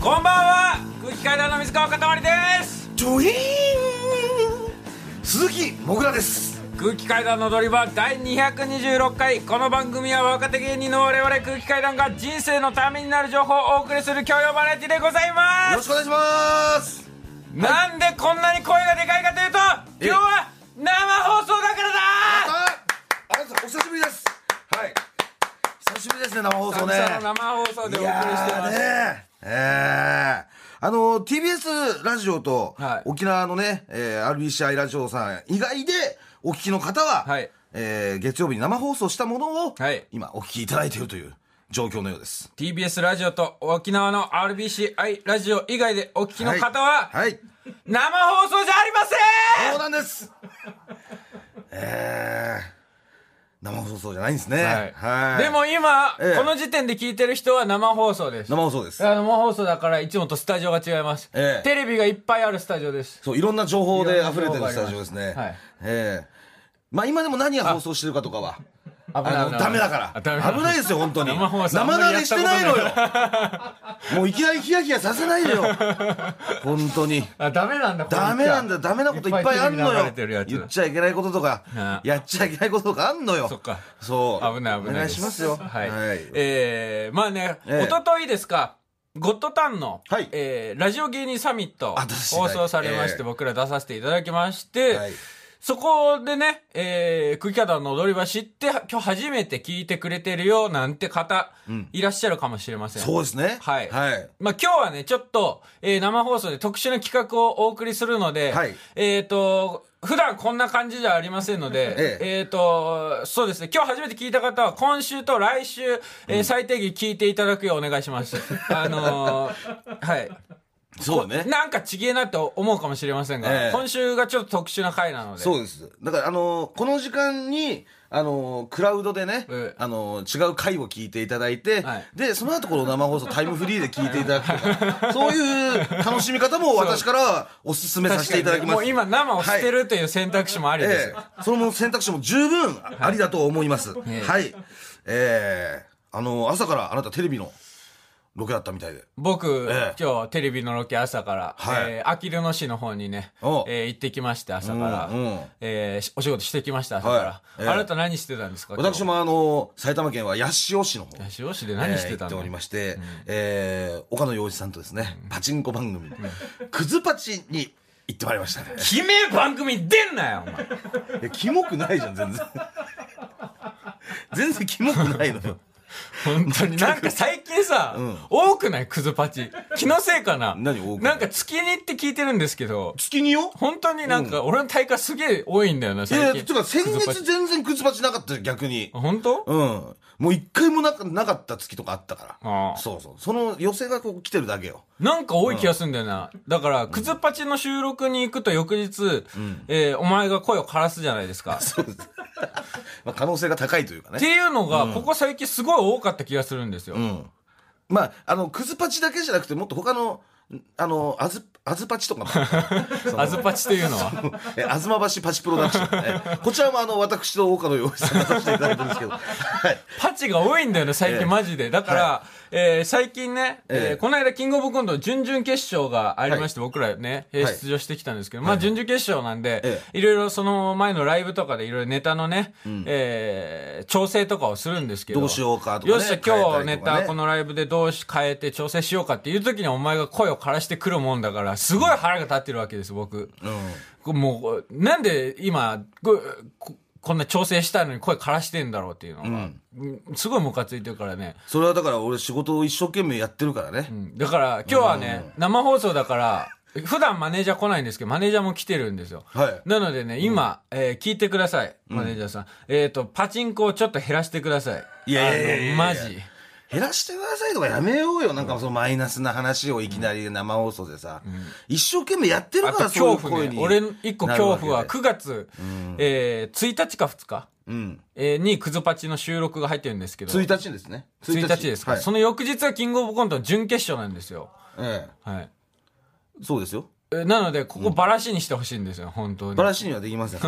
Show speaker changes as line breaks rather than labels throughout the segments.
こんばんは空気階段の水川かたまりです
ジョイーン鈴木もぐらです
空気階段の踊り場第226回この番組は若手芸人の我々空気階段が人生のためになる情報をお送りする教養バラエティでござい
よ
ま
ろ
す
しくお願いします
なんでこんなに声がでかいかというと
え
今日は生放送だからだ
ああなたお久しぶりですはい久しぶりですね生放送ね
久々の生放送でお送りしてます、
いやーねえーあの TBS ラジオと、
はい
沖縄のね、えー RBCI ラジオさん以外でお聞きの方は、
はい
えー月曜日に生放送したものを、
はい
今お聞きいただいているという状況のようです
TBS ラジオと沖縄の RBCI ラジオ以外でお聞きの方は、
はい、はい
生放送じゃありません
そうなんです。えー、生放送じゃないんですね。はい。
でも今、
ええ
この時点で聞いてる人は生放送です。
生放送です。
あ生放送だからいつもとスタジオが違います、
ええ
テレビがいっぱいあるスタジオです。
そう、いろんな情報
い
で
ろん
溢
な
れ
情報
てる
が
スタジオですね。
はい
ええまあ今でも何が放送してるかとかは、
危ない
あの、ダメだか
あ
ら。
ダメだ
危ないですよ、本当に。
生放送
生慣れしてないの
あんまりや
よ。もういきなりヒヤヒヤさせないでよ。本当に。
あ、ダメなんだ、
ダメなんだよ、ダメなこといっぱいあんの
いっぱいテレビ流れて
よ
るや。つ
言っちゃいけないことと
あ
か、やっちゃいけないこととかあんのよ。
そっか
そう。
危ない危ないです。
お願いしますよ。
はい。
はい
えー、まあね、
ええ
一昨日ですか、ゴッドタンの、
はい
えーラジオ芸人サミット
あ出させてい
放
ただいて
送されまして、
ええ
僕ら出させていただきまして、
はい
そこでね、えー、空気階段の踊り場知って、今日初めて聞いてくれてるよ、なんて方、いらっしゃるかもしれません。
そうですね。
はい
はい。
まあ、今日はね、ちょっと、えー生放送で特殊な企画をお送りするので、
はい
えっ、と、普段こんな感じじゃありませんので、
え
えっ、と、そうですね、今日初めて聞いた方は、今週と来週、えー最低限聞いていただくようお願いし ます。あのーはい。
そうね。
なんかちげえなって思うかもしれませんが、
ええ
今週がちょっと特殊な回なので、
そうです。だから、あのーこの時間に、あのークラウドでね、
ええ
あのー違う回を聞いていただいて、
はい
で、その後この生放送タイムフリーで聞いていただくと か、そういう楽しみ方も私からはお勧めさせていただきます。
もう今生を捨てるという選択肢もありです
え
よ。
え、その選択肢も十分ありだと思います。はい。
え
ええあのー朝からあなたテレビのロケだったみたいで。
僕、
ええ
今日テレビのロケ朝から、
はい
えーあきる野市の方にね、え
お
ー行ってきまして朝から、
うんうん
えーしお仕事してきました朝から、
はいええ
あなた何してたんですか
私
も
もあのー埼玉県は八潮市の方。
八潮市で何してた
えー行って
の、
おりまして、えー岡野陽一さんとですね、パチンコ番組、クズパチに行ってまいりましたね。
決め番組出んなよお前
いや、キモくないじゃん、全然。 全然キモくないのよ。
本当になんか最近さ、
ん
多くないクズパチ気のせいかな
何 多くない
なんか月にって聞いてるんですけど
月によ
本当になんか俺の大会すげえ多いんだよな
え
最近
ー、つうか、先
クズパチ
月全然クズパチなかったよ、逆に
あ。本当、
うん。もう一回もなかなかった月とかあったか
ああ
ら。そうそう。その寄せがこう来てるだけよ。
なんか多い気がするんだよな。だから、クズパチの収録に行くと翌日、えーお前が声を枯らすじゃないですか。っ
そうです。まあ、可能性が高いというか
て
ね。
いうのが、ここ最近すごい多かった気がするんですよ。
うん。まあ、あの、クズパチだけじゃなくて、もっと他の、あの、あず、あずパチと かも。
あずパチというのは。
えー、東橋パチプロダクション、えーこちらもあの私と岡野陽一さんがさせていただいてるんですけど、はい、
パチが多いんだよね、最
ええ
近マジで。だから、えー最近ね、えー
ええ
この間キングオブコントの準々決勝がありまして、僕らね、えー
はい
出場してきたんですけど、まあ準々決勝なんで、
え
いろいろその前のライブとかでいろいろネタのね、えー調整とかをするんですけど。
どうしようかとかね
よっしゃ、今日
変えた
ネ
りとかね
タこのライブでどうし変えて調整しようかっていう時にお前が声を枯らしてくるもんだから、すごい腹が立ってるわけです、僕。こもう、なんで今、こここんな調整したいのに声枯らしてんだろうっていうのが、うんすごいムカついてるからね。
それはだから俺仕事を一生懸命やってるからね、
うんだから今日はね、生放送だから、普段マネージャー来ないんですけど、マネージャーも来てるんですよ。
はい
なのでね、今、えー聞いてください、マネージャーさん。えっ、と、パチンコをちょっと減らしてください。
いやいやいやいや
あのマジ。
減らしてくださいとかやめようよなんかそのマイナスな話をいきなり生放送でさ、一生懸命やってる
あ
から
と
そうい
恐
う
怖
声
ね。
に
俺の一個恐怖は
なるわけで
9月、えー1日か2日、
うん、
えーにクズパチの収録が入ってるんですけど。
1日ですね
1日ですか、
はい
その翌日はキングオブコントの準決勝なんですよ。
え
はい。
えそうですよ
えなので、ここバラシにしてほしいんですよ、本当に
バ。ラシにはできません。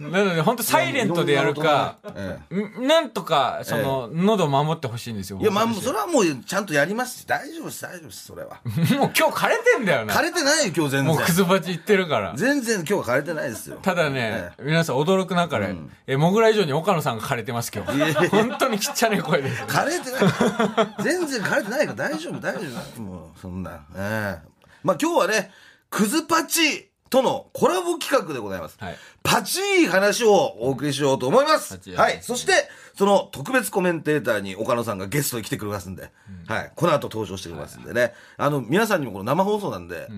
なので、本当サイレントでやるか、
え
んなんとか、その、喉を守ってほしいんですよ。
えいや、まあ、
僕
もう
とし
それはもうちゃんとやります。大丈夫です、大丈夫です、そ れは。
てもう今日枯れてんだよな
枯。れてないよ、今日全
も
然
う。クズバチいってるから。
全然今日は枯れてないですよ。
ただね、皆さん驚くなかれ、え、もぐら以上に岡野さんが枯れてます今
いやい
日。
や
本当にちっちゃい声 です。
枯れてない。全然枯れてないから大丈夫、大丈夫。もう、そんな。ええまあ今日はね、クズパチとのコラボ企画でございます。
はい
パチい話をお送りしようと思いま
パ
す
チい。話
はい。そして、その特別コメンテーターに岡野さんがゲストに来てくれますんで、はい。この後登場してくれますんでね。あの、皆さんにもこの生放送なんで、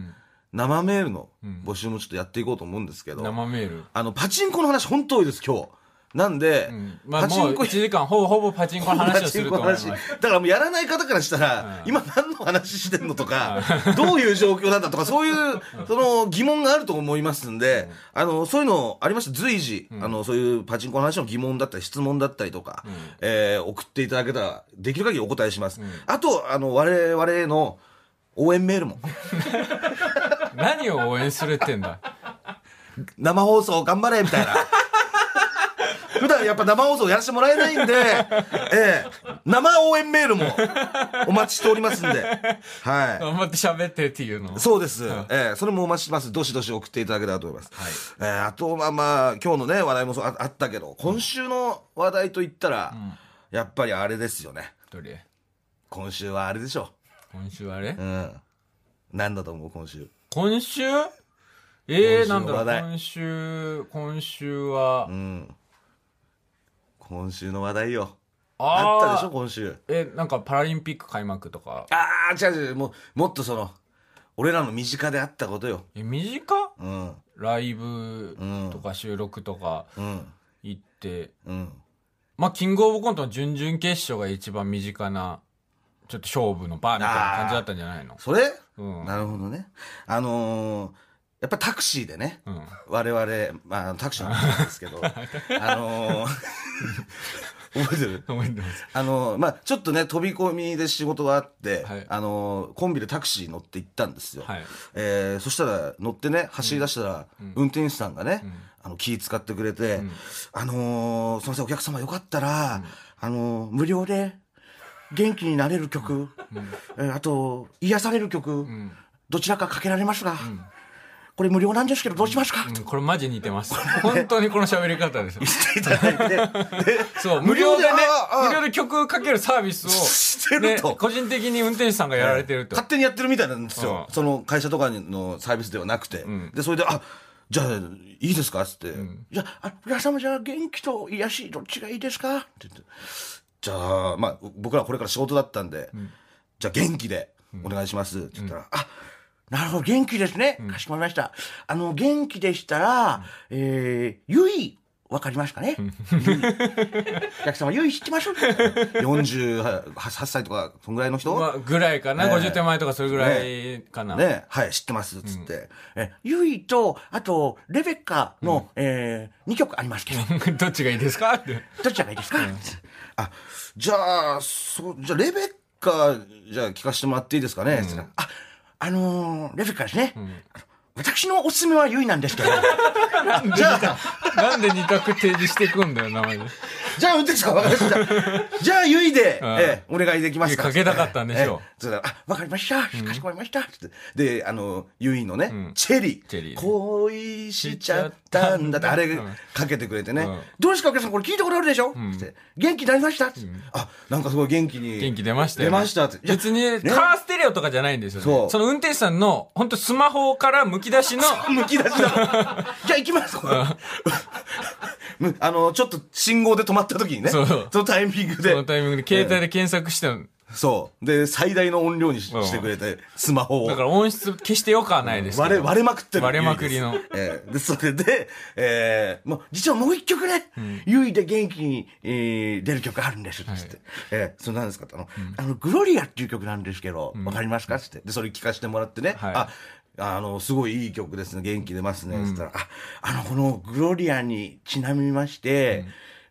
生メールの募集もちょっとやっていこうと思うんですけど、
生メール。
あの、パチンコの話本当多いです、今日。なんで、
うんまあもう1時間ほぼほぼパチンコの話をすると思い ます。
だからもうやらない方からしたら、今何の話してんのとか、 どういう状況なんだとか、そういう、その疑問があると思いますんで、あの、そういうのありました随時、あの、そういうパチンコの話の疑問だったり、質問だったりとか、えー送っていただけたら、できる限りお答えします。あと、あの、我々の応援メールも、
何を応援するってん だ。
生放送頑張れみたいな。 普段やっぱ生放送やらせてもらえないんで、ええ、生応援メールもお待ちしておりますんで、は
頑張って喋ってっていうの
い。。そうです。ええ、それもお待ちします。どしどし送っていただけたらと思います。ええあと、まあまあ、今日のね、話題もそうああったけど、今週の話題といったら、やっぱりあれですよね。
どれ
今週はあれでしょ
今週あれ
う。うん。なんだと思う、今週。
今週え
今週
ー、な
の
んだろ
話題
う、今週、今週は
う、ん。今週の話題よ。あったで
あ
しょ、
ー
今週。
え、なんかパラリンピック開幕とか、
ああ、違う違う、もう、もっとその、俺らの身近であったことよ。
え、短
うん、
ライブ
ん
とか収録とか
うん、
行って、
うん。
まあ、キングオブコントの準々決勝が一番身近な、ちょっと勝負の場みたいな感じだったんじゃないの
それ、
うん。
なるほどね。あのーやっぱタクシーでね、
うん。
我々、まあ、タクシーの話なんですけ ど、あのー覚えてる
ごめんなさい
あのーまあ、ちょっとね、飛び込みで仕事があって、
はい
あのーコンビでタクシー乗って行ったんですよ。
はい。
えーそしたら乗ってね走り出したら、運転手さんがね、あの気使ってくれて「あのーすみませんお客様よかったら、あのー無料で元気になれる曲、えーあと癒される曲、どちらかかけられますが、これ無料なんですけどどうしますか?」
うんこれマジ似てます。本当にこの喋り方 です。
っていただいてで
そう、無料でね
無料であ、あ
無料で曲かけるサービスを、
してると
ね個人的に運転手さんがやられてると。
勝手にやってるみたいなんですよ、
うん
その会社とかのサービスではなくて、でそれで「あじゃあいいですか?」っつって「じゃああ皆様じゃあ元気と癒しどっちがいいですか?」って言って「じゃあまあ僕らこれから仕事だったんで、じゃあ元気でお願いします」って言ったら「あなるほど元気ですね、かしこまりましたあの元気でしたら、えー、ゆいわかります かね、ゆい お客様ゆい知ってます ?48 歳とかそんぐらいの人、
まあ、ぐらいかな、
ね
50手前とかそれぐらいかな。
ね、はい、知ってます、つって。え、ゆいと、あと、レベッカの、えー、2曲ありますけど、
どっちがいいですかって。
どっちらがいいですか、あ、じゃあ、そう、じゃあ、レベッカ、じゃあ、聞かせてもらっていいですかね、つってあ、あのーレベッカですね。あの私のおすすめはゆいなんですけど。じゃあ、
なんで二択提示してくんだよ、名前で。
じゃあ、運転手さん、わかりました。じゃあ、ゆいで、
ん
ええ、お願いできますか
かけたかったんでしょう
ええそれであ、わかりました。かしこまりました。つってで、あの、ゆいのね、チェリー。
チェリー
恋しちゃったんだって、あれ
うん
かけてくれてね。
うん
どうですか、お客さん、これ聞いたことあるでしょ、って元気になりました、つってあ、なんかすごい元気に。
元気出ましたよ、
出ました。っていや
別に、カーステレオとかじゃないんですよね。
そう
の運転手さんの、本当スマホからむき出 しの、
むき出しだ。じゃあ行きます、これ。 むあの、ちょっと信号で止まった時にね。
そう
のタイミングで。
そのタイミングで携帯で検索してたの
そう。で、最大の音量にし
うん
してくれて、スマホを
だ。から音質消してよくはないですけ
割れ、
ど。
割れまくってる。
割れまくりの
唯一ええで、それで、ええもう、実はもう一曲ね、優位で元気に、えー出る曲あるんです、つって。ええそれなんですかってあの、あの、グロリアっていう曲なんですけど、わ、かりますかつって。で、それ聞かせてもらってね、
はい
あ、あの、すごいいい曲ですね、元気出ますね、つったら、あ、あの、このグロリアにちなみまして、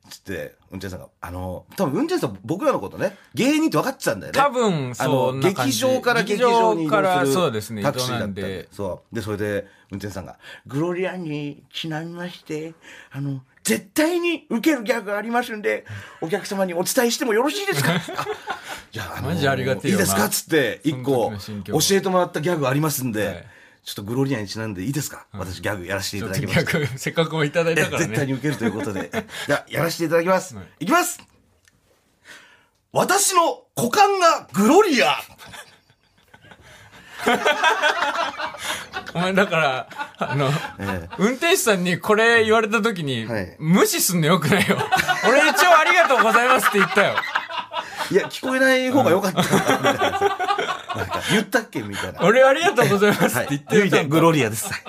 つって、運転手さんが、あの、多分運転手さん僕らのことね、芸人って分かってたんだよね。
多分
あ
そ
の
んな感
劇
じ
場から劇場に
劇場
移動する
からそうですね
タクシーだったん
移動なん
で
で
そうでそれで運転手さんが「グロリアにちなみましてあの絶対に受けるギャグがありますんでお客様にお伝えしてもよろしいです か?あ」いやあの
マジありがてえ
いい
よな
ですか?」っつって一
そ
個
の時の心境
教えてもらったギャグありますんで、
はい
ちょっとグロリアにちなんでいいですか、私ギャグやらせてい
ちょ
た
っ
だ
と
きました
逆せっかくもいただいたからね
絶対に受けるということ でじゃあやらせていただきます、
はい
いきます私の股間がグロリア
お前 だから、あの、
え
運転手さんにこれ言われた時に、
はい
無視すんのよくないよ。俺一応ありがとうございますって言ったよ。
いや、聞こえ ない方が良かったかなみたいなさ。なんか言ったっけみたいな。
俺ありがとうございます
は
って言
い
っ。てる
脱い
じゃ
で
ん
グロリアです。はい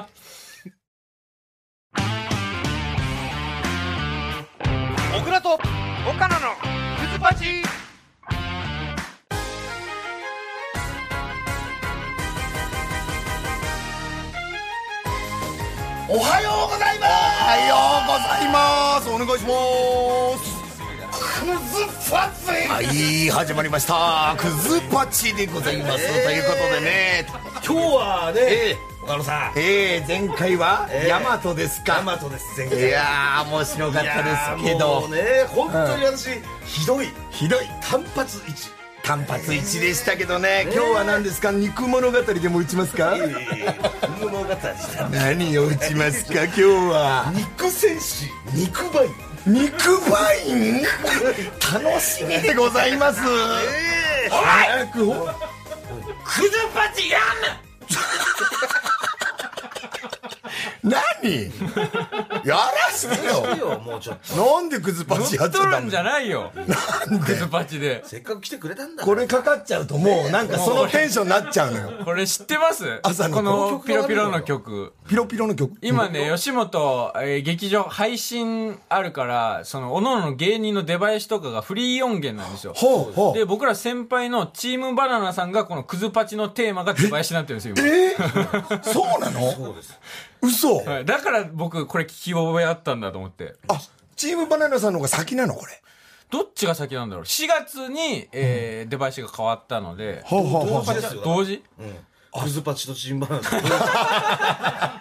小倉と岡野のクズパチ
おはようございます
おはようございますお願いします
クズパチ
はい始まりましたクズパチでございます、ということでね
今日はね、
え
岡野さん。
ええ前回は
ええ
ヤマトですか、
ヤマトです、前
い
回。
やー面白かったですけ
も
ど
うね、本当に私、ひどい。
ひどい
単発一。
単発一でしたけどね、今日は何ですか肉物語でも打ちますか、
物語した。
何を打ちますか今日は
肉戦士、肉バイ。
肉バイン楽しみでございます、早くお
クズパチやんな
何やらしてよ
よ、もうちょっと。
なんでクズパチやっちゃ
取
った
る
ん
んじゃないよ。クズパチで。
せっかく来てくれたんだ。
これかかっちゃうともうなんかそのテンションになっちゃうのよ
これ知ってます
朝の
こ
こ
の
の曲が
ピロピロの曲。
ピロピロの曲
今ね、吉本、えー劇場、配信あるから、その、おのの芸人の出囃子とかがフリー音源なんですよ。
ほうほ
で、
う
僕ら先輩のチームバナナさんが、このクズパチのテーマが出囃子になってるんですよ、今
えー、そうなの
そうです。
嘘、
はい、だから僕これ聞き覚えあったんだと思って
あチームバナナさんの方が先なのこれ
どっちが先なんだろう4月に、えーデバイスが変わったので
ほうほうほ
同
う
時ですよ。
同時
クズパチとチンバ ナナだか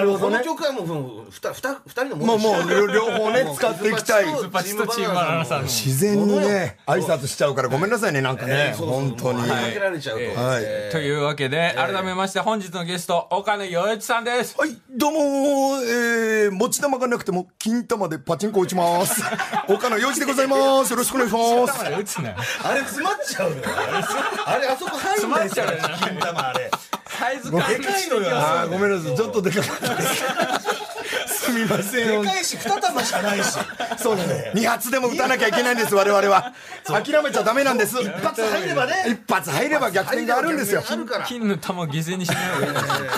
らこの曲はもうもうふたふた二人のもの
もうもう両方ね使っていきたい
クズパチとチームバナナさんの
自然にね挨拶しちゃうからごめんなさいねなんかね、本当に、
は
はい
い、かけられちゃうと、
えー
はい
というわけで、改めまして本日のゲスト岡野陽一さんです
はい、どうもー、えー、持ち玉がなくても、金玉でパチンコ打ち ます。岡野洋一でございます。よろしくお願いします。
打つなよ
あれ詰まっちゃうのよあれあれあそこ入んないですよ
詰まっち
金玉あれ
サイズ感
でかいのよ
あー、ごめんなさい。ちょっとでかかったです。すみません。
でかいし二玉しかないし
そうなのよ。二発でも打たなきゃいけないんです、我々は。諦めちゃダメなんです。一発入ればね。一発入れば逆転があるんですよ。
あるから
金の玉を犠牲にしない方がいいなと思って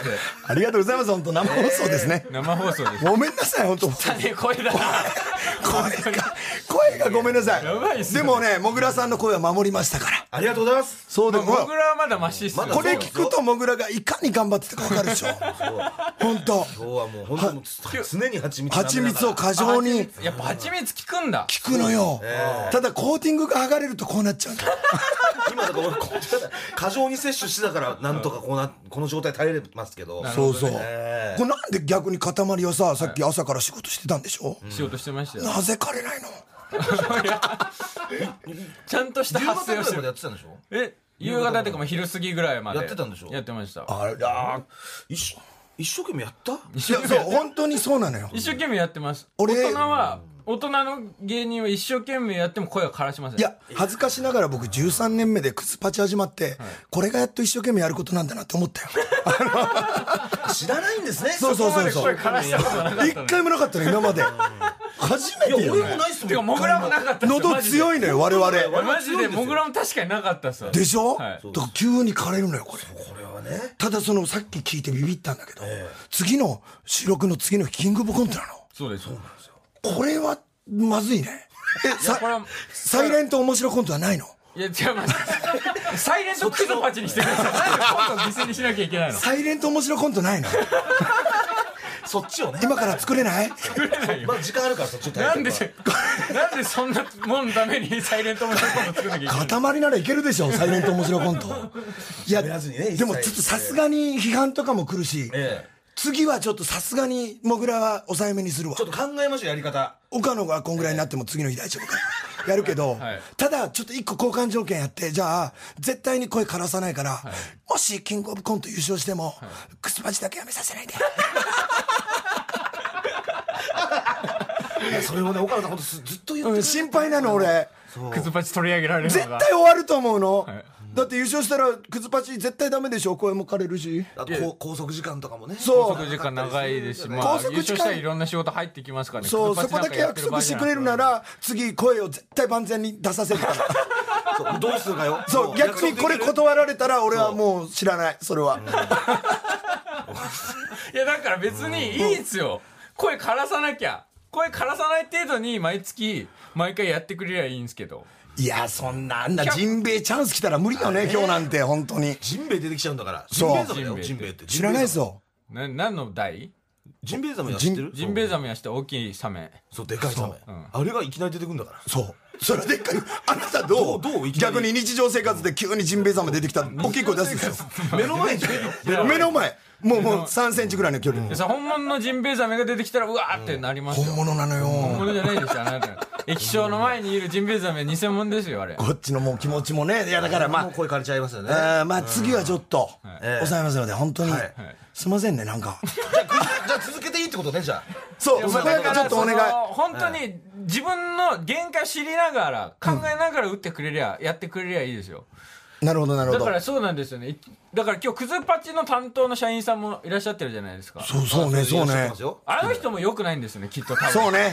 ありがとうございます。本当生放送ですね。
生放送です
ごめんなさい、本当。
ね声だ
声が、声がごめんなさ
やばいっ
い。
すね
でもね、もぐらさんの声は守りましたから。
ありがとうございます
そうで
僕
も。
らはまだマシっすよ
まだ
これ聞くとモグラがいかに頑張ってたか分かるでしょ 本当
今日はもう本当もう常に 蜂蜜
蜂蜜を過剰に
あ蜂蜜やっぱ蜂蜜効くんだ
聞くのよ、ただコーティングが剥がれるとこうなっちゃうの
今だから俺こう過剰に摂取してたからなんとかこうなこの状態耐えれますけど
そうそう、
え
これなんで逆に塊はささっき朝から仕事してたんでしょ、
しようとしてましたよ
なぜ枯れないの
ちゃんとした
夕
発声
方ぐら
を
い
して
ま
る
でやってたんでしょ
え夕方っていうかまあ昼過ぎぐらいまで
やってたんでしょ
やってました
あら
一生一生懸命やった
いやそう本当にそうなのよ
一生懸命やってます大
俺
人は大人の芸人は一生懸命やっても声は枯らしません
いや恥ずかしながら僕13年目でクズパチ始まって、これがやっと一生懸命やることなんだなって思った よ
知らないんですね
そうそうそうそう
声枯らしたことなかっ
一
たの
回もなかったの今まで初め
い
て
や
よ
俺もないっす
てか
もん
モグラもなかったっすよ
喉強いのよ我々
マジでマジでモグラも確かになかったっすわ
でしょ、
はい
だから急に枯れるのよこれ
これはね
ただそのさっき聞いてビビったんだけど、次の収録の次の日キングオブコントな
そうです
のこれはまずいねえさ
これは
サイレント面白コントはないの
いや違い ますサイレントクズパチにしてくださいなんで今度は犠牲にしなきゃいけないの
サイレント面白コントないの
そっちをね
今から作れない
まあ時間あるからそっちを耐え
な
て
んで
まあ
なんでそんなもんのためにサイレント面白いこと作んなきゃいけないの
塊ならいけるでしょ、サイレント面白コント。いや、
喋らずにね
でもちょっとさすがに批判とかも来るし、
ええ
次はちょっとさすがに、もぐらは抑えめにするわ
ちょ。っと考えましょうやり方
岡野がこんぐらいになっても次の日大丈夫か やるけど、
はい
ただちょっと一個交換条件やってじゃあ絶対に声枯らさないから、もしキングオブコント優勝しても、くすばちだけやめさせ ないで
いやそれもね岡野さん本当ずずっと言って
うん心配なの俺
クズパチ取り上げられる
絶
の
対
が
終わると思うの、
はい
だって優勝したらくずぱち絶対ダメでしょ声も枯れるし
あとこう拘束時間とかもね
そう
拘束時間長いですし、まあ、
拘束時間
優勝したらいろんな仕事入ってきますからね。
そう
クズ
そ
パチな
こだ
んか
け
やって
約束
場合
し
じ
て
ゃ
く
な
れるなら次声を絶対万全に出させるから
そうどうするかよ
そう逆にこれ断られたら俺はもう知らないそれは、
いや、だから別にいいですよ。声枯らさなきゃ。声枯らさない程度に毎月、毎回やってくれりゃいいんですけど。
いやそんなあんなジンベエチャンス来たら無理よね今日なんて本当に
ジンベエ出てきちゃうんだから
そ
ジ
う
ンベエザメだよジンベエって
知らないです
よ
よ
な、何の代
ジンベエザメは知ってる
ジンベエザメはして大きいサメ。
そうでかいザメあれがいきなり出てくんだから
そうそれでっかいあなたどう
どうどういきなり
逆に日常生活で急にジンベエザメ出てきたら大きい声出すんです
目の前に
よ目の前もうもう3センチぐらいの距離
でさ、本物のジンベエザメが出てきたら、うわーってなりますよ。
本物なのよ
本物じゃないですよ、あなた。液晶の前にいるジンベエザメは偽物ですよ、あれ。
こっちのもう気持ちもねいやだからま
も
あ
う声枯れちゃ いますよね
あーまあ次はちょっと抑えますので本当に
はい
すいませんねなんか
じゃあくじじゃあ続けていいってことねじゃ
そ
いうや
そ
ま
う
あ
なんかちょっとお願
だ
い
からその本当に自分の限界知りながら、考えながら打ってくれりゃ、やってくれりゃいいですよ。
なるほどなるほ
だ
ど
からそうなんですよね。いだから今日、クズパチの担当の社員さんもいらっしゃってるじゃないですか。
そうそうね
あいら
そう
っしゃって
ね
ますよ
あの人も良くないんですよね、きっと多分。
そうね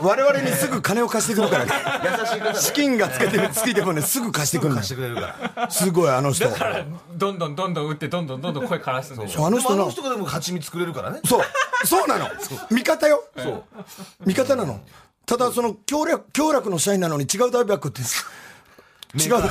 我々にすぐ金を貸してくるからね
優しい方
資
で
金がつけてるついてもねすぐ貸してくるのよ
貸してくれるから
すごいあの人
だから、どんどんどんどん打って、どんどんどんどん声枯らすんでしょ。
あの
でも
人
あ
の
の人がでも蜂蜜くれるから ね
そうそうなの味方よ味方なのただその強力強力の社員なのに違う大学って違う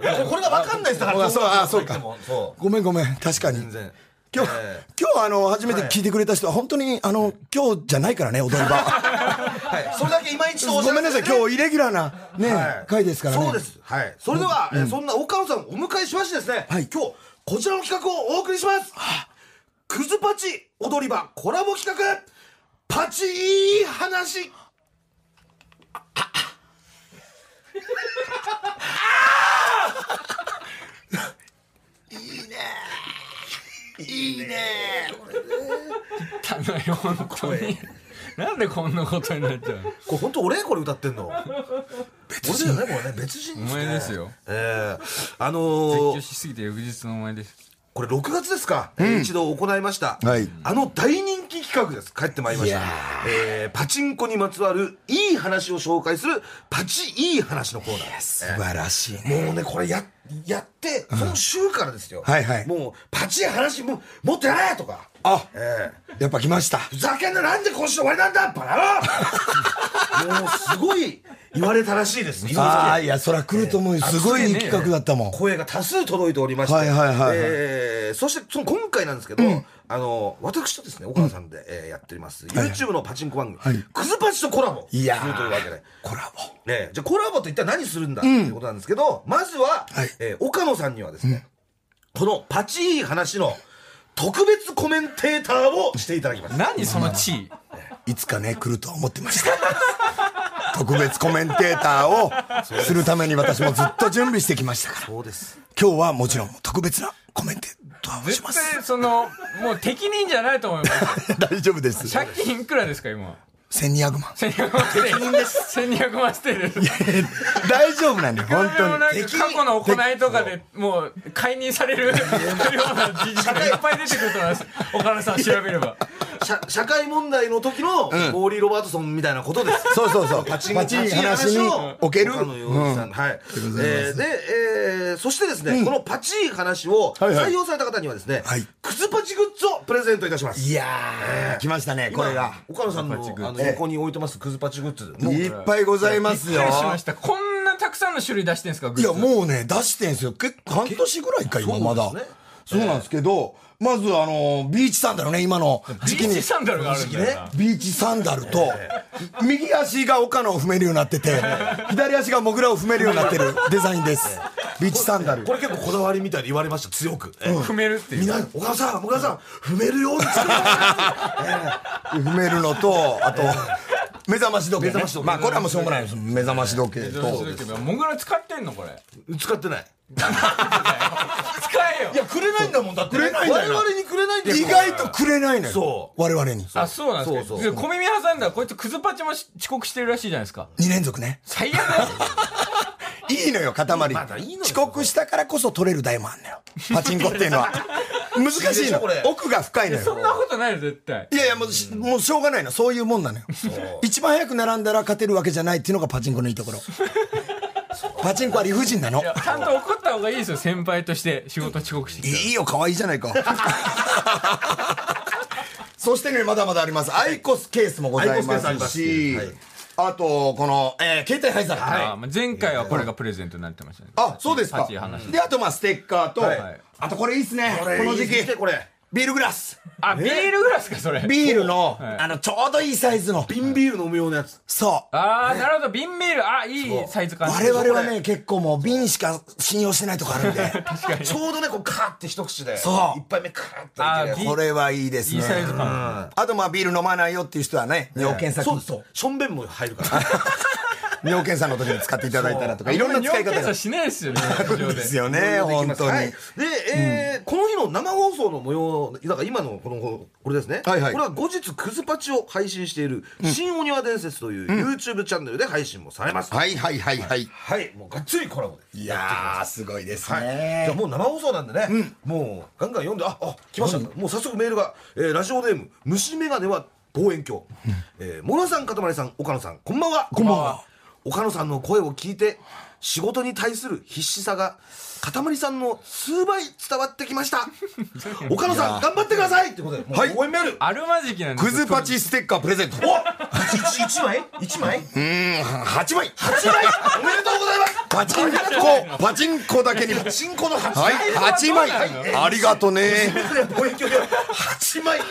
いやこれが分かんないですだから
あそうあそうか
そ
ごめんごめん確かに
う全然
今日、今日あの初めて聞いてくれた人は本当にあの今日じゃないからねお台場
はいそれだけ今一度お知
ご
ら
め
せ
んなさい今日イレギュラーなね、
はい
回ですからね
そうですはいそれでは、えーそんな岡野さんをお迎えしましてですね、
はい
今日こちらの企画をお送りしますクズパチ踊り場コラボ企画パチいい話
汚いよ、本当に。なんでこんなことになっちゃうの
これ本当俺これ歌ってんの別人俺だよねこれね別人
お前ですよ。
えー、あ
絶
の
叫
ー、
しすぎて翌日のお前です。
これ6月ですか、えー一度行いました、
はい
あの大人気企画です帰ってまいりました、えーパチンコにまつわるいい話を紹介するパチいい話のコーナーです、
素晴らしいね
もうねこれややってその週からですよ、
はいはい
もうパチン話もうもっとやれとか
あ
ええ
やっぱ来ました
ふざけんななんで今週終わりなんだバカ野郎 もうすごい言われたらしいですね
ああいやそりゃ来ると思うよすごいいい企画だったもん
声が多数届いておりまして、
はいはいはいはい
えーそしてその今回なんですけど、あの私とですね岡野さんで、えーやっております、YouTube のパチンコ番組、クズパチとコラボすると
い
い
やー
うわけで。
コラボ
えーじゃあコラボと一体何するんだっていうことなんですけど、まずは、
はい
えー岡野さんにはですね、このパチいい話の特別コメンテーターをしていただきます。
何その地位。
いつかね来るとは思ってました 特別コメンテーターをするために私もずっと準備してきましたから
そうです。
今日はもちろん特別なコメンテーターをし
絶
ます
対、その、もう適任じゃないと思います。
大丈夫 です
借金いくらですか、今。
1200万
1200万ステーです。1200万ステーです。
大丈夫なんだよ本
でもなん
当
か
に
過去の行いとかでもう解任されるような事実がいっぱい出てくると思います岡野さん調べれば
社社会問題の時のモーリー・ロバートソンみたいなことです。
そうそうそう
パチン
パチン話における
岡野陽一さん、はい。えーで、えーそしてですね、このパチン話を
はいはい
採用された方にはですね、
はい
クズパチグッズをプレゼントいたします。
いやー来ましたねこれが
今岡野さんのあの横に置いてますクズパチグッズ。もう
いっぱいございます
失
よ
礼しましたこんなたくさんの種類出してんですかグ
いや
ッズ
もうね出してんすよ結構半年ぐらいか今まだ
そうですね
そうなんですけど、まずあの、ビーチサンダルね、今の時期
ビー
に。
チサンダルがあるんだよな
ビーチサンダルと、右足が岡野を踏めるようになってて、左足がモグラを踏めるようになってるデザイ ンです。ビーチサンダル。
これ結構こだわりみたいに言われました、強く。ええ
踏めるっていう
みんな、お母さん、お母さん、踏めるよって言って
踏めるのと、あと、目覚まし時計、ね。まあ、これはもうしょうがないです。目覚まし時計
ど
と
うす。るけどモグラ使ってんのこれ
使ってない。
使えよ
や、くれないんだもん、だって。くれない
んだよな
我々にくれないんだよ。
意外とくれないのよ。
そう
我々に。2
あそうなんです
そ
か
うそう
で小耳挟んだらこいつクズパチもし遅刻してるらしいじゃないですか
連続ね。
最悪だよ
いいのよ、塊。
だいいのよ
遅刻したからこそ取れる台もあんのよ。パチンコっていうのは。難しいの
これ。
奥が深いの
そん
よ。
なことないよ絶対
いやいや、もうし、もうしょうがないの。そういうもんなのよ。一番早く並んだら勝てるわけじゃないっていうのがパチンコのいいところ。パチンコは理不尽なの
い。やちゃんと怒った方がいいですよ先輩として仕事遅刻してきたら
いいよ、可愛いじゃないか。 そしてね、まだまだあります。アイコスケースもございま
アイコ
す
スケー
し、
スあ
あ
ります
と、この、えー携帯灰皿。
あまあ前回はこれがプレゼントになってましたね
あ、そうです
パ
か
チ。話
で、あと、まあ、ステッカーと、
はい
あと、これいいっすね。この時期。
これ。
ビールグラス。
あビールグラスかそれ
ビールの、
はい
あの、ちょうどいいサイズの。
瓶ビール飲むようなやつ。
そう。
ああなるほど瓶ビールあいいサイズ感
我々はね、結構もう瓶しか信用してないとこあるんで。
ちょうどね、こう、カーって一口で。
そう
一杯目カーって
あ
いけるやつ
ー
これ はいいです
いい
ね。
サイズ感
あと、まあ、ビール飲まないよっていう人はね、尿検査
そ
器
うそう。しょんべんも入るから。
尿検査の時に使っていただいたらとか、いろんな使い
尿
方
検査。
が
しないですよね日常
で
です
よね、本当
は
に
い。で、えーこの日の生放送の模様、だから今のこの、これですね。
はいはい
これは後日、クズパチを配信している、新お庭伝説という YouTube チャンネルで配信もされます。
はいはいはいはい。
はい、もうがっつりコラボで。
いやー、すごいです
はい、
ね
じゃあ。もう生放送なんでね、もうガンガン読んでああ来ましたもう早速メールが、えーラジオネーム虫眼鏡は望遠鏡、えー、諸さんかたまりさん岡野さんこんばんはこんばんは岡野さんの声を聞いて仕事に対する必死さがかたまりさんの数倍伝わってきました 岡野さん頑張ってくださいってことでもう応援メール、
あるまじきなんです
ク
よ
ズパチステッカープレゼント。
一一枚一枚
8枚
八枚おめでとうございます
パチンコ、パチンコだけに。はい、
新婚の八枚
8枚。ありがとね。
望遠鏡で8枚ク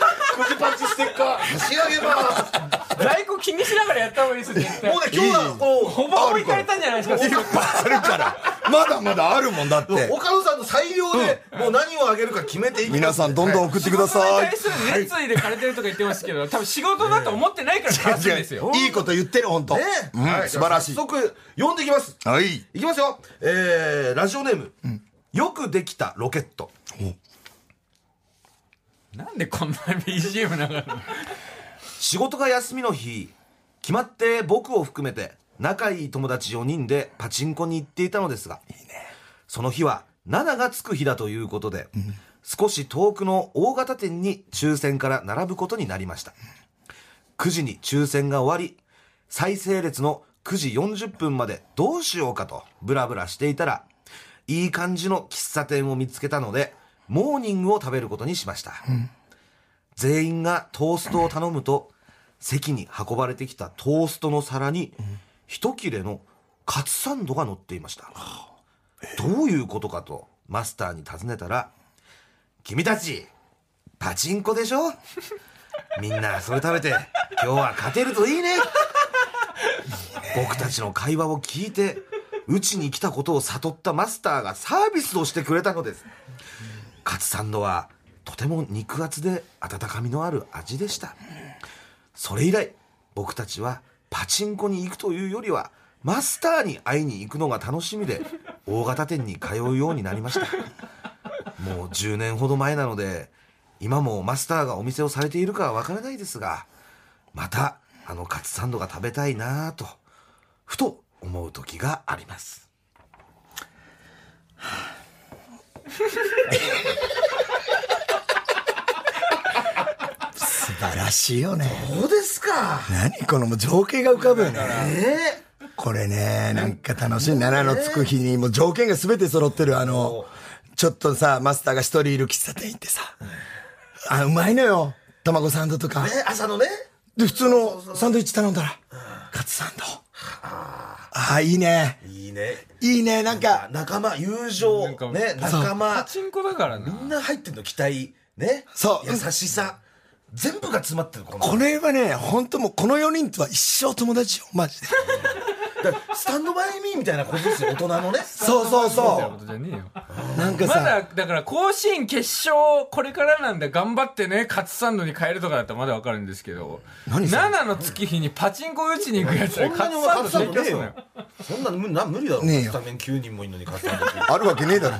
ジパンチステッカー仕上げます
在庫気にしながらやった方がいいですよ絶対
もうね今日はこ
ほぼ追いかれたんじゃないですか
いっぱいあるから。まだまだあるもんだっ
う
て。
岡野さんの採用でもう何をあげるか決めていきます
皆さんどんどん送ってくだ
それに
さい
対。する熱意で枯れてるとか言ってますけど多分仕事だと思ってないから枯れてるんですよ
いいこと言ってる、本当。
ね
うん
は
素晴らしい
じゃ。あ早速読んでいきます
はい。
いきますよえーラジオネームよくできたロケット
なんでこんな BGM ながら
仕事が休みの日決まって僕を含めて仲いい友達4人でパチンコに行っていたのですがその日は7がつく日だということで、少し遠くの大型店に抽選から並ぶことになりました9時に抽選が終わり再生列の9時40分までどうしようかとブラブラしていたらいい感じの喫茶店を見つけたのでモーニングを食べることにしました、全員がトーストを頼むと席に運ばれてきたトーストの皿に一切れのカツサンドが乗っていましたどういうことかとマスターに尋ねたら「君たちパチンコでし ょみんなそれ食べて今日は勝てるといいね」僕たちの会話を聞いてうちに来たことを悟ったマスターがサービスをしてくれたのですカツサンドはとても肉厚で温かみのある味でしたそれ以来僕たちはパチンコに行くというよりはマスターに会いに行くのが楽しみで大型店に通うようになりましたもう10年ほど前なので今もマスターがお店をされているかは分からないですがまたあのカツサンドが食べたいなぁとふと思う時があります
素晴らしいよね。
そうですか
何このもう情景が浮かぶよね。
え
これね、なんか楽しい。7のつく日に、もう条件が全て揃ってる、あの、ちょっとさ、マスターが一人いる喫茶店行ってさ、あ、うまいのよ。卵サンドとか。
え朝のね
で、普通のサンドイッチ頼んだら、カツサンド。ああ、いいね。
いいね。
いいね。なんか、
仲間、友情
なん、か
ね、
そう
仲間
パ、チンコだから
みん
な。
な入ってんの、期待、ね。
そう
優しさ。全部が詰まってる、この。
これはね、本当もうこの4人とは一生友達よ。マジで。
だからスタンドバイミーみたいなことですよ、大人のね。
そうそう
って
そ
ことじゃねえよ。
う。なんか
まだ
さ、、
だから甲子園決勝、これからなんだ、頑張ってね、勝サンドに変えるとかだったらまだわかるんですけど、
何それ
7の月日にパチンコ打ちに行くやつ
そ
は
んな
勝
に
ツ
俺
サン
勝
ド
つの
で
ねえ
きす
よ
よ。
そんなの無理な無理だろ。
ねえよ
スタメン9人もいるのに勝つの。
あるわけねえだろ。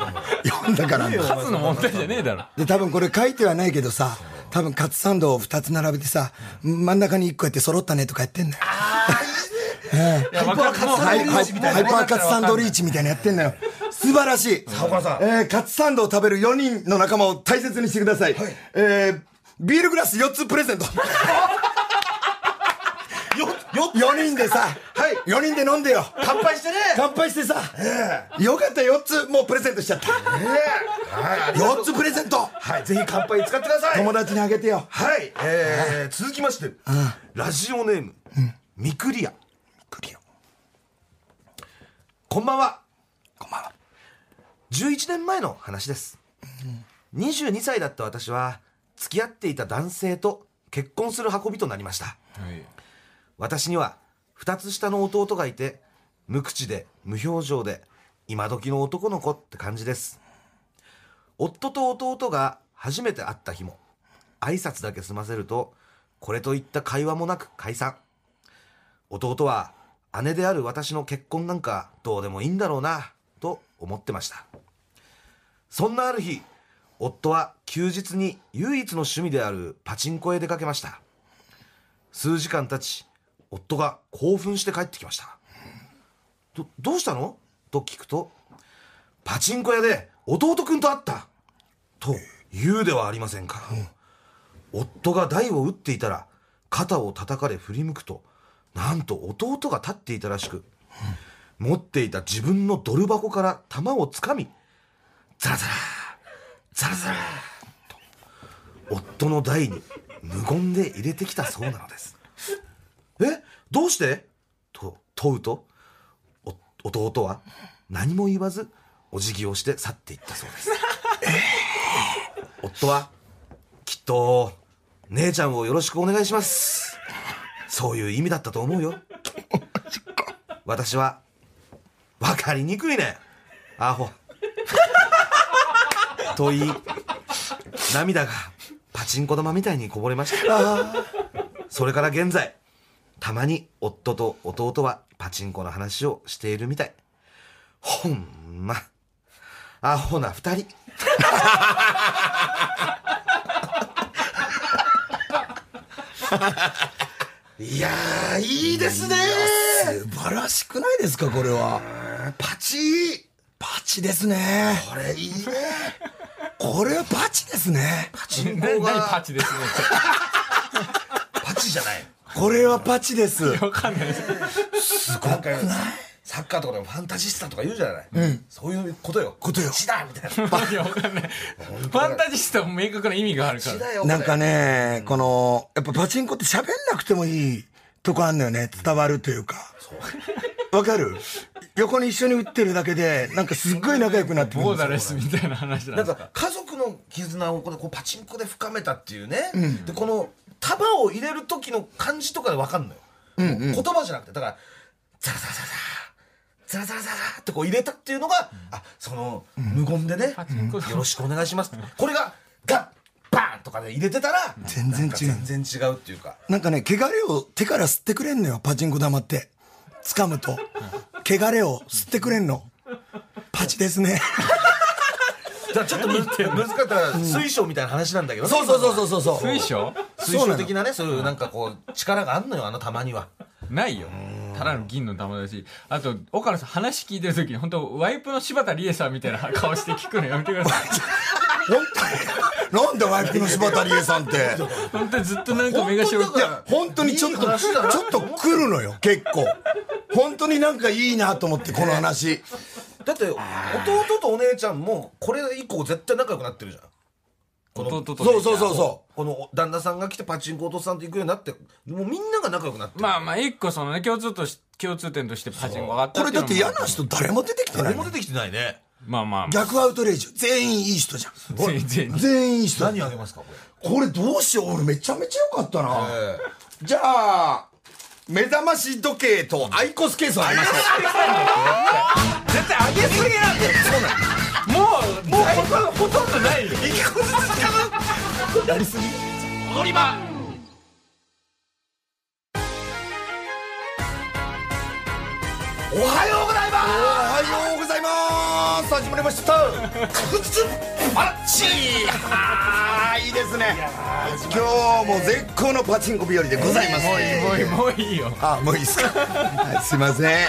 読んだからあんだ。
勝つの問題じゃねえだろ。
で、多分これ書いてはないけどさ、多分カツサンドを2つ並べてさ、真ん中に1個やって揃ったねとかやってんだよ。
いや、わかる。もう
ハ
サ
イ
ンドリー
ハイ
チみたいな
ハイパーカツサンドリーチみたいなやってんだよ。素晴らしい。
さあ岡田さん
えーカツサンドを食べる4人の仲間を大切にしてください。えービールグラス4つプレゼント。
よ、よ、
4人でさ、はい、4人で飲んでよ。
乾杯してね。
乾杯してさ、よかった4つもうプレゼントしちゃった。
はい
4つプレゼント
はい、ぜひ乾杯使ってください。
友達にあげてよ。
はい、えー、続きまして、
ラジオネーム、ミクリア。
クリオ
こんばんは。
こんばんは。
11年前の話です、22歳だった私は付き合っていた男性と結婚する運びとなりました私には2つ下の弟がいて無口で無表情で今時の男の子って感じです夫と弟が初めて会った日も挨拶だけ済ませるとこれといった会話もなく解散弟は姉である私の結婚なんかどうでもいいんだろうなと思ってましたそんなある日夫は休日に唯一の趣味であるパチンコへ出かけました数時間経ち夫が興奮して帰ってきましたどどうしたのと聞くとパチンコ屋で弟くんと会ったと言うではありませんか、夫が台を打っていたら肩を叩かれ振り向くとなんと弟が立っていたらしく持っていた自分のドル箱から玉をつかみザラザラザラザラと夫の台に無言で入れてきたそうなのですえどうしてと問うとお弟は何も言わずお辞儀をして去っていったそうです夫はきっと姉ちゃんをよろしくお願いしますそういう意味だったと思うよ私は分かりにくいねアホ と言い涙がパチンコ玉みたいにこぼれましたそれから現在たまに夫と弟はパチンコの話をしているみたいほんまアホな二人 いやーいいですね
素晴らしくないですか、これは。
パチ
パチですね。
これいいね。
これはパチですね。
パチンコ
何何パ
が
チですね。
パチじゃない。
これはパチです。
わかんないです。
すごくないサッカーとかでもファンタジスタとか言うじゃない、そういうことよ
ことよ
血だみたいな
いや、わかんない。ファンタジスタも明確な意味があるか
血
ら。
だよ
なんかね、この、やっぱパチンコって喋んなくてもいいとこあんのよね。伝わるというか。わかる横に一緒に打ってるだけで、なんかすっごい仲良くなってくる
ボ
ん
ー
です
ダ
よ
レスみたいな話なん
な
で
ん
すよ
か家族の絆をこのこうパチンコで深めたっていうね、でこの束を入れる時の感じとかで分かんのよ、言葉じゃなくてだからザラザラザラザラザラザラってこう入れたっていうのが、あその無言でね、
チンコ
よろしくお願いしますこれがガッバーンとかで入れてたら
全然違う
なんか全然違うっていうか
なんかね、汚れを手から吸ってくれんのよ、パチンコ玉って。掴むと。汚れを吸ってくれんの。パチですね。
だからちょっとむ難しかったら水晶みたいな話なんだけど、ね
そうそうそうそう そう。
水晶
水晶的なねそういうなんかこう力があんのよあの玉には
ないよ。ただの銀の玉だし。あと、岡野さん話聞いてるときに、本当ワイプの柴田理恵さんみたいな顔して聞くのやめてくださ い。
本当に。なんでワイプの柴田理恵さんって。
本当にずっとなんか目が白く
い
て。
や、本当にちょっと、
いい
ち
話だな
ょっと来るのよ、結構。本当になんかいいなと思って、この話。
だって弟とお姉ちゃんもこれ以降絶対仲良くなってるじゃん
弟と
そうそう
う
そうそうこの旦那さんが来てパチンコお父さんと行くようになってもうみんなが仲良くなって
まあまあ一個そのね共通とし共通点としてパチンコ上がった
これだって嫌
のも
な人誰も出てきてな
誰
い
も出てきてないね
まあまあ
逆アウトレイジ全員いい人じゃん
全然
全員いい人
何あげますかこれ
これどうしよう俺めちゃめちゃ良かったな、
え
じゃあ
目覚まし時計とアイコスケースをありました
絶対上げすぎなんだよそうなのもうもうほとんどないよ
おはようございますおはようございます始まりましたあら ちーはーいいですね
今日も絶好のパチンコ日和でございます、
もういいもういいよ
あもういいっすか、はい、すいません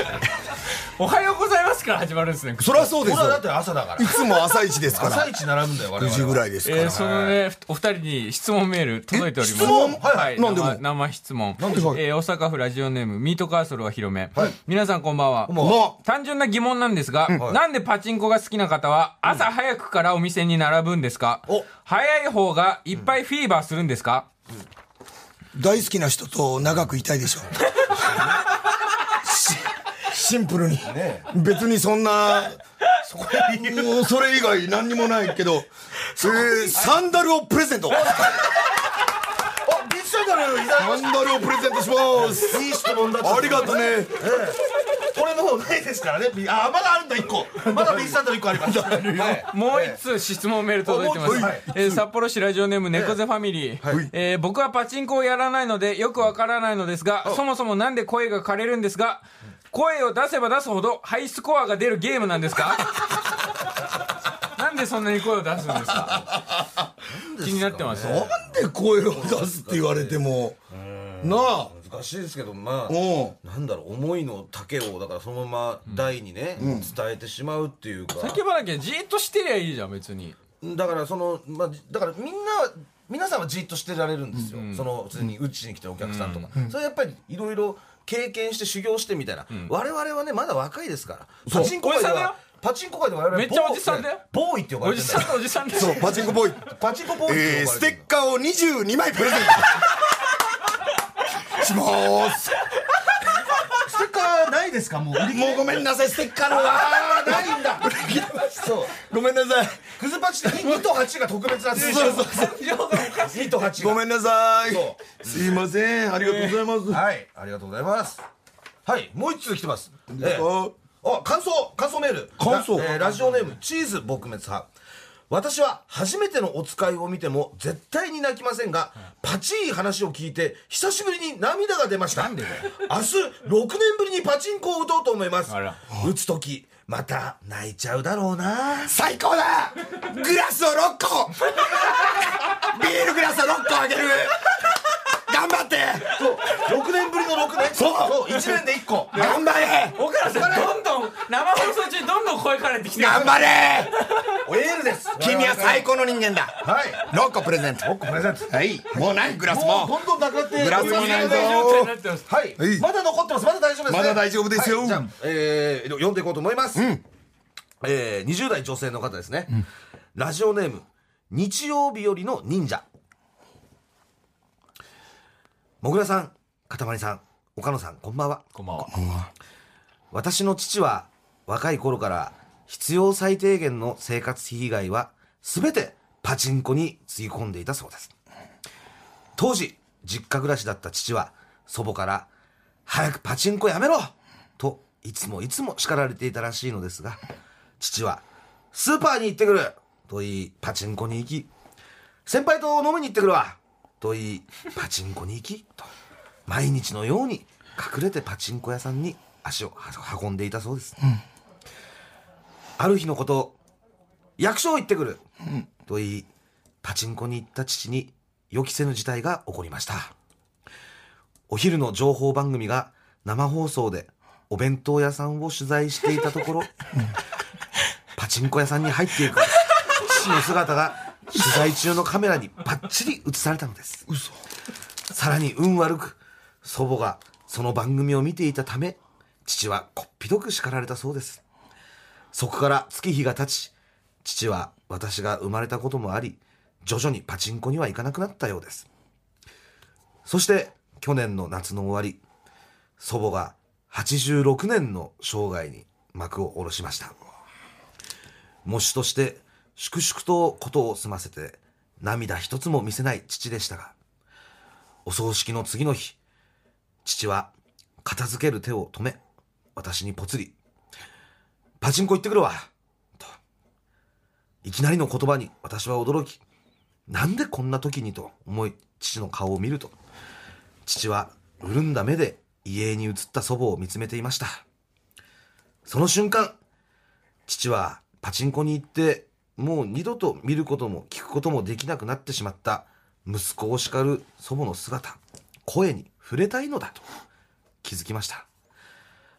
おはようございますから始まるんですね
そりゃそうです
俺はだ
よ
って朝だか
い
ら
つも朝一ですから
朝一並ぶんだよ我
9
々
時ぐらいですから、
えー、そのね、お二人に質問メール届いております。
え質問
はい、
はいなんでも
生生質問。
なんでしょう
えー大阪府ラジオネーム、ミートカーソルは広め。皆さんこんばんは。
もう
単純な疑問なんですが、なんでパチンコが好きな方は朝早くからお店に並ぶんですか、早い方がいっぱいフィーバーするんですか、
大好きな人と長くいたいでしょし シンプルに、別にそんなもうそれ以外何にもないけど、えーサンダルをプレゼントサ
あビッシャだよ
ンダルをプレゼントします
いい質問だった
ありがとね
これの方ないですからねビあまだあるんだ1個まだビッシャの1個ありますはい
もう一通質問メール届いてます
あもう一通はい。
えー札幌市ラジオネーム猫背ファミリー。えー僕はパチンコをやらないのでよくわからないのですが、そもそもなんで声が枯れるんですが、声を出せば出すほどハイスコアが出るゲームなんですかなんでそんなに声を出すんですか 気になってます。
なんで声を出すって言われてもなあ
難しいですけどまあ
うん
なんだろう思いの丈をだからそのまま大にね、伝えてしまうっていうか
叫ばなきゃじーっとしてりゃいいじゃん、別に。
だからその、まあ、だからみんな皆さんはじっとしてられるんですよ、その普通にうちに来てお客さんとか、それやっぱりいろいろ経験して修行してみたいな、我々はねまだ若いですからパチンコ界で
おじさんだよ
はパチンコ界で我々は
めっちゃおじさんだよ
ボーイボーイって呼ば
お
れて
じ
るん
さ
だ
ん
よ
とおじさんで
そうパチンコボーイ
パチンコボーイって
えー
呼ばれてる
ス
んだよ
テッカーを22枚プレゼントしまーす
ステッカーないですかもう売り切
もうごめんなさいステッカーの方が
れないんだそう
ごめんなさい
クズパチって2と8が特別な数字
そうそう
2と8
ごめんなさい
そ
すいませんありがとうございます、
はいありがとうございますはいもう一通来てますええ
あ
あ感想感想メール
感想
ラ,、えーラジオネームチーズ撲滅派私は初めてのお使いを見ても絶対に泣きませんが、パチい話を聞いて久しぶりに涙が出ました明日6年ぶりにパチンコを打とうと思います
あら
打つ時また泣いちゃうだろうな
最高だグラスを6個ビールグラスを6個あげる頑張って
そう6年ぶりの6年そう1年で1個
頑張れ
岡田さん、どんどん、生放送中どんどん声枯れてきてる
頑張れ
おエールです
君は最高の人間だ
はい
6個プレゼント
プレゼント
はいもうないグラス
もうど
も
んどんなくなって
グラスもない
状
ぞ
態になってます。
はい、
はい
まだ残ってますまだ大丈夫です、ね、
まだ大丈夫ですよ
はいじゃあえー読んでいこうと思います、えー、20代女性の方ですね、ラジオネーム日曜日よりの忍者もぐらさんかたまりさん岡野さんこんばんは
こんばんは。
私の父は若い頃から必要最低限の生活費以外は全てパチンコにつぎ込んでいたそうです当時実家暮らしだった父は祖母から「早くパチンコやめろ!」といつもいつも叱られていたらしいのですが父は「スーパーに行ってくる!」と言いパチンコに行き「先輩と飲みに行ってくるわ!」と言いパチンコに行きと毎日のように隠れてパチンコ屋さんに足を運んでいたそうです、ある日のこと役所行ってくる、と言いパチンコに行った父に予期せぬ事態が起こりましたお昼の情報番組が生放送でお弁当屋さんを取材していたところパチンコ屋さんに入っていく父の姿が取材中のカメラにバッチリ映されたのですさらに運悪く祖母がその番組を見ていたため父はこっぴどく叱られたそうですそこから月日が経ち父は私が生まれたこともあり徐々にパチンコには行かなくなったようですそして去年の夏の終わり祖母が86年の生涯に幕を下ろしました喪主として粛々と事を済ませて涙一つも見せない父でしたがお葬式の次の日父は片付ける手を止め私にぽつり「パチンコ行ってくるわ」といきなりの言葉に私は驚きなんでこんな時にと思い父の顔を見ると父は潤んだ目で遺影に映った祖母を見つめていましたその瞬間父はパチンコに行ってもう二度と見ることも聞くこともできなくなってしまった息子を叱る祖母の姿声に触れたいのだと気づきました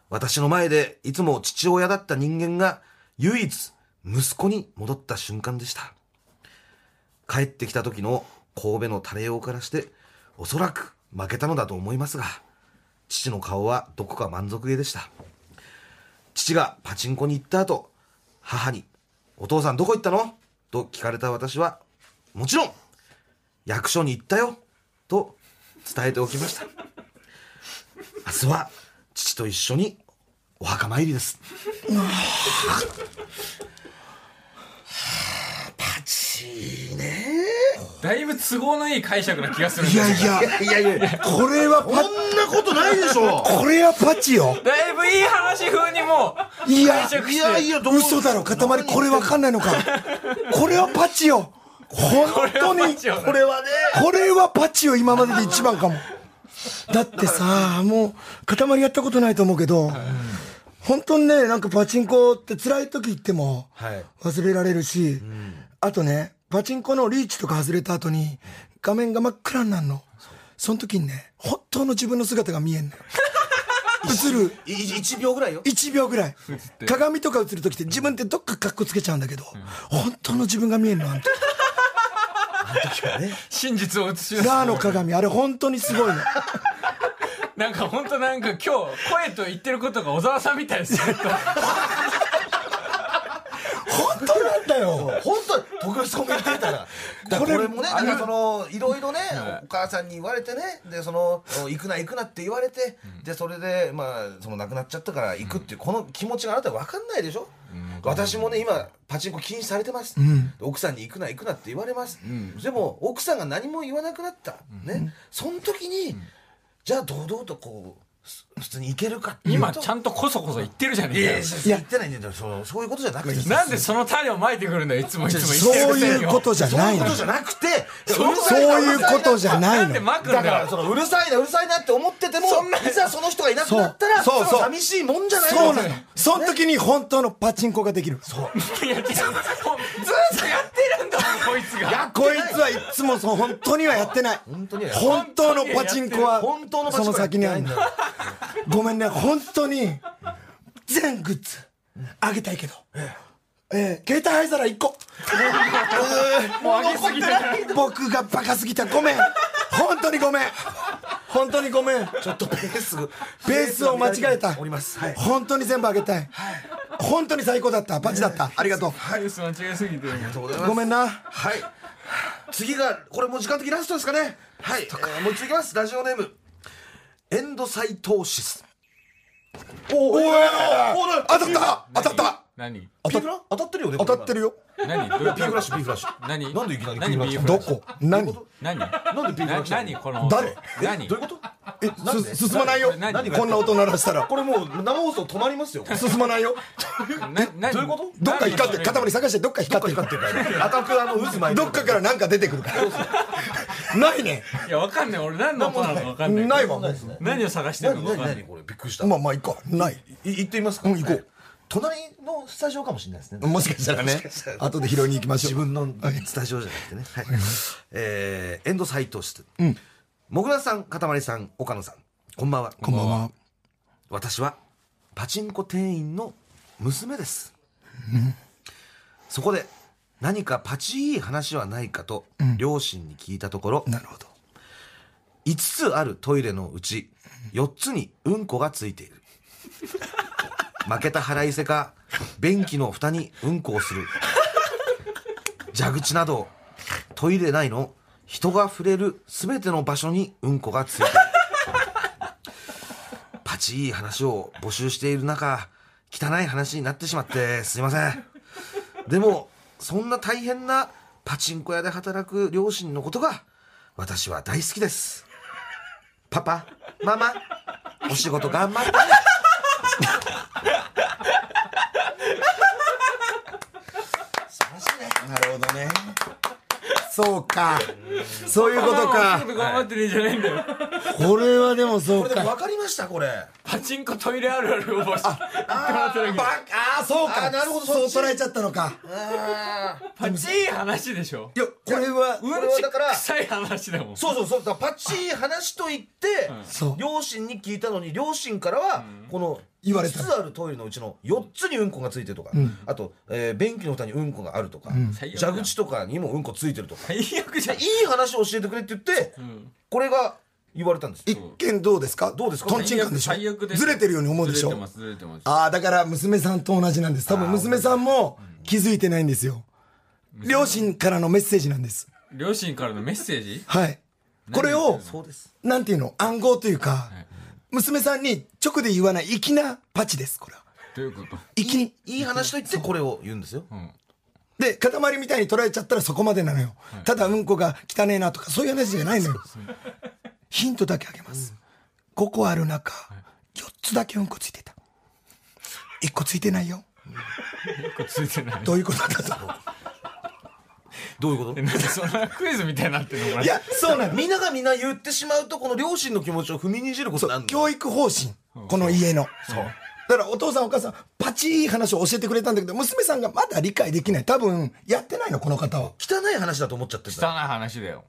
私の前でいつも父親だった人間が唯一息子に戻った瞬間でした帰ってきた時の神戸のタレ用からしておそらく負けたのだと思いますが父の顔はどこか満足げでした父がパチンコに行った後母に「お父さんどこ行ったの?」と聞かれた私はもちろん役所に行ったよと伝えておきました明日は父と一緒にお墓参りです
パチーね
だいぶ都合のいい解釈な気がするん
い
で
や
すよ
いや
いやいやいや、
これは
こんなことないでしょ。
パこれはパチよ
だいぶいい話風にもう
いや
解釈
い
し
や
て
いや、どう
嘘だろ塊これわかんないのかこれはパチよ本当に
これはね、
これはパチよ今までで一番かもだってさもう塊やったことないと思うけど、本当にねなんかパチンコって辛い時行っても
はい
忘れられるし、あとねパチンコのリーチとか外れた後に画面が真っ暗になるのその時にね本当の自分の姿が見えんのよ 映る
い1秒ぐらいよ
1秒ぐらい鏡とか映る時って自分ってどっかカッコつけちゃうんだけど、本当の自分が見えるのあの 時
真実を映し出す
ラーの鏡あれ本当にすごいの
なんか本当なんか今日声と言ってることが小沢さんみたいですよ
本当なんだよ
本当に特別コメンテーターが。だからこれもね、なんかその、いろいろね、お母さんに言われてね、で、その、行くな行くなって言われて、で、それで、まあ、その亡くなっちゃったから行くっていう、この気持ちがあなた分かんないでしょ私もね、今、パチンコ禁止されてます。奥さんに行くな行くなって言われます。でも、奥さんが何も言わなくなった。ね。その時に、じゃあ堂々とこう、す普通に行けるかっていうと
今ちゃんとこそこそ言ってるじゃね
いやいや
え
い
か
や言ってないんだよそのそういうことじゃなくて
なんでその種をまいてくるんだよいつもいつも
そう
言ってるくせ
い
に
うことじゃ
そう
ない
いう
の
ことじゃなくて
そう
そういうことじゃない
なんで
の
まくん
だか
だ
ら
よ
そのうるさいなうるさいなって思っててもいざその人がいなくなったら
そうそうそう
寂しいもんじゃない
そうなのその時に本当のパチンコができる
いや違うもうずっとやってるんだもんこいつが
こいつはいつもそう本当にはやってない
本当にはやって
本当のパチンコは
本当のパチン
そ
コ
の
はやっ
先
て
に
な
あ
い
る
んだ
のごめんね本当に全グッズあげたいけどええ携帯灰皿1個
もう上げすぎてる
僕がバカすぎたごめん本当にごめん本当にごめん
ちょっとベース
ベースを間違えた
おりますはい
本当に全部あげたい本当に最高だったパチだったありがとう
ニュース間違えすぎてる
ごめんな
はい次がこれもう時間的ラストですかねはい、えーもう一度いきますラジオネーム
エンドサイトーシス
おい
おー
当たった当たった
何
当たっ
P フラ当たってるよね
当たってる
よ
よ
何どういう
ピーフラッシュピーフラッシュ
何
なんでいきなり
何
ピーフ
どこ何
何なん
でピーフラッシュ
何この音
誰
何
どういうこと
えす進まないよ
これ何
こんな音鳴らしたら
これもう生放送止まりますよ
進まないよ
な何
どういうこと
どっか光って塊探してどっか光ってる
っていうかアタクあの渦巻いて
どっかからなんか出てくるからないね
いやわかんない俺何の音なのかわかんない
ないわもう
何を探してる
何
のか
何
わかんない
何これびっくりした
まあまあ行こうない
い行ってみますか
うん行こう
隣のスタジオかもしれないですね
もしかしたらね後で拾いに行きましょう
自分のスタジオじゃなくてね、はいえー、エンド斎藤室、もぐらさんかたまりさん岡野さんこんばんは
こんばんは
私はパチンコ店員の娘です、そこで何かパチいい話はないかと両親に聞いたところ、
なるほど
5つあるトイレのうち4つにうんこがついている負けた腹いせか便器の蓋にうんこをする蛇口などトイレ内の人が触れる全ての場所にうんこがついてるパチい話を募集している中汚い話になってしまってすいませんでもそんな大変なパチンコ屋で働く両親のことが私は大好きですパパママお仕事頑張って
なるほどね。そうか。そういうことか。
頑張ってるんじゃないんだよ。
これはでもそうか。
かりましたこれ
パチンコトイレあるあるを募集やってもらってるわ
ああ、そうか。
あーなるほど
そう捉えちゃったのか。
けパチい話でしょ。
いやこれはこ
う
れ
ん
は
ち
だから
臭い話だもん。
そうそうそうだからパチい話と言って、
そう
両親に聞いたのに両親からはこの
言われた
5つあるトイレのうちの4つにうんこがついてるとか、あと、えー便器の蓋にうんこがあるとか、
最悪だ
蛇口とかにもうんこついてるとかい
最悪じゃん。
い話を教えてくれって言って、これが言われたんです
一見どうですか
どうですか
トンチンカンでしょ
最悪です。
ずれてるように思うでし
ずれて
ょ
ます、ずれてます。
ああ、だから娘さんと同じなんです。多分娘さんも気づいてないんですよ。両親からのメッセージなんです。
両親からのメッセージ
はい。これを、
そうです
なんていうの暗号というか、娘さんに直で言わない粋なパチです、これは。
どういうこと
粋に。
いい話と言ってこれを言うんですよ、
で、塊みたいに捉えちゃったらそこまでなのよ。ただうんこが汚えなとか、そういう話じゃないのよ。ヒントだけあげます。5個ある中、4つだけうんこついてた。1個ついてないよ。
これついてない。
どういうことだと。
どういうこと
えなんかそんなクイズみたいになってるのこれ。
いや、そうなの。
みんながみんな言ってしまうとこの両親の気持ちを踏みにじることになるんだ
教育方針、この家の。だからお父さんお母さん、パチいい話を教えてくれたんだけど、娘さんがまだ理解できない。多分、やってないの、この方は。
汚い話だと思っちゃってる
汚い話だよ。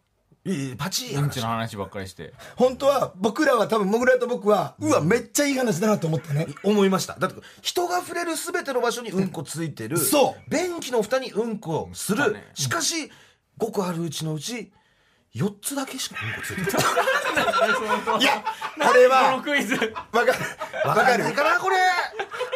いいパチい
うんち
話
の話ばっかりして。
本当は、僕らは多分、もぐらと僕は、うわ、めっちゃいい話だなと思ってね。
思いましただって人が触れる全ての場所にうんこついてる
そう
便器の蓋にうんこす
そう
る、
だね
しかし5個あるうちのうち4つだけしかうんこついてない
いや、あれ
こ
は
の、クイズ。
わかる。わかる
わ。んないかなこれ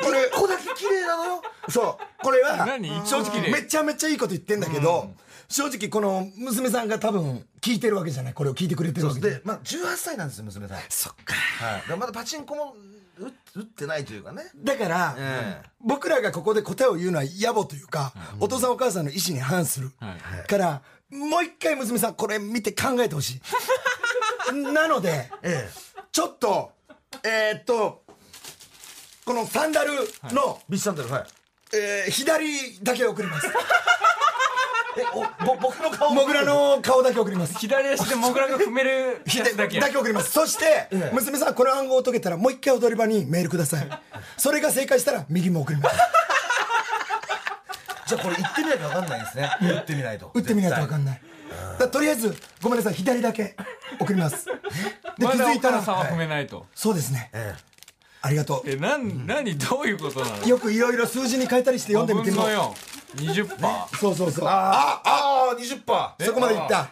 これ1個だけ綺麗なのよ
そう。これは
何、
正
一個
直、
で
めちゃめちゃいいこと言ってんだけど、正直、この娘さんが多分、聞いてるわけじゃない。これを聞いてくれてるわけ
で
で。
まあ18歳なんですよ娘さんはい
そっか。
だからまだパチンコも打打ってないというかね
だから、
ええ
僕らがここで答えを言うのは野暮というか、お父さんお母さんの意思に反する、
は
からもう一回娘さんこれ見て考えてほしい なので
ええ
ちょっとえーっとこのサンダルの、
ビッチサンダルはい
えー左だけ送ります
えおぼ僕の顔
もぐらの顔だけ送り ます
左足でモグラが踏めるや
左
つだ
だ
け。
け
だけ
送りますそして、
ええ
娘さんこの暗号を解けたらもう一回踊り場にメールくださいそれが正解したら右も送ります
じゃあこれ言ってみないと分かんないですね打ってみないと
打ってみないと分か
ない
んないだからとりあえずごめんなさい左だけ送 りますで気
まだ
づいた
奥
ら、
さんは踏めないと。
そうですね
え
ありがと
え、なん、何、どういうことなの
うよくいろいろ数字に変えたりして読んでみて
5
も
分の4。20%。
そうそうそう
あああ20%パー
そこまでいった